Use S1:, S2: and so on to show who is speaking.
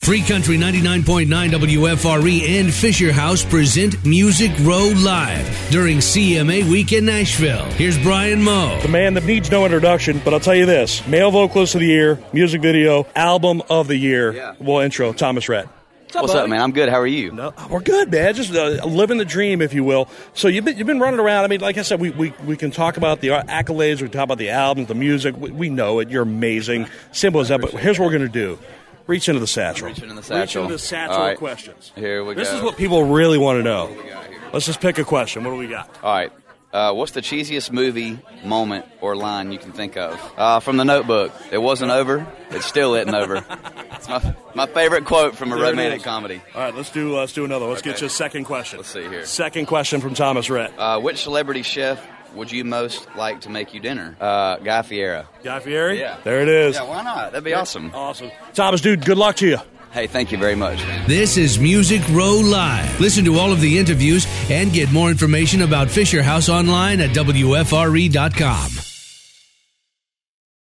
S1: Free Country 99.9 WFRE E and Fisher House present Music Row Live during CMA Week in Nashville. Here's Brian Moe.
S2: The man that needs no introduction, but I'll tell you this male vocalist of the year, music video, album of the year.
S3: Yeah.
S2: Well, intro, Thomas Rhett.
S3: What's up, man? I'm good. How are you?
S2: No, we're good, man. Just uh, living the dream, if you will. So you've been, you've been running around. I mean, like I said, we, we, we can talk about the uh, accolades, we can talk about the albums, the music. We, we know it. You're amazing. Simple as that. But here's what we're going to do. Reach into the satchel.
S3: Reaching in the satchel.
S2: into the satchel
S3: All
S2: of questions.
S3: Here we
S2: This
S3: go.
S2: is what people really want to know. Let's just pick a question. What do we got?
S3: All right. Uh, what's the cheesiest movie moment or line you can think of? Uh, from The Notebook. It wasn't over. It still isn't over. It's my, my favorite quote from a
S2: There it
S3: romantic
S2: is.
S3: comedy.
S2: All right, let's do let's do another. Let's get
S3: Okay.
S2: you a second question.
S3: Let's see here.
S2: Second question from Thomas Rhett.
S3: Uh, which celebrity chef would you most like to make you dinner? Uh, Guy Fiera.
S2: Guy Fieri.
S3: Yeah.
S2: There it is.
S3: Yeah, why not? That'd be awesome.
S2: Awesome. Thomas, dude, good luck to you.
S3: Hey, thank you very much.
S1: This is Music Row Live. Listen to all of E the interviews and get more information about Fisher House online at WFRE.com.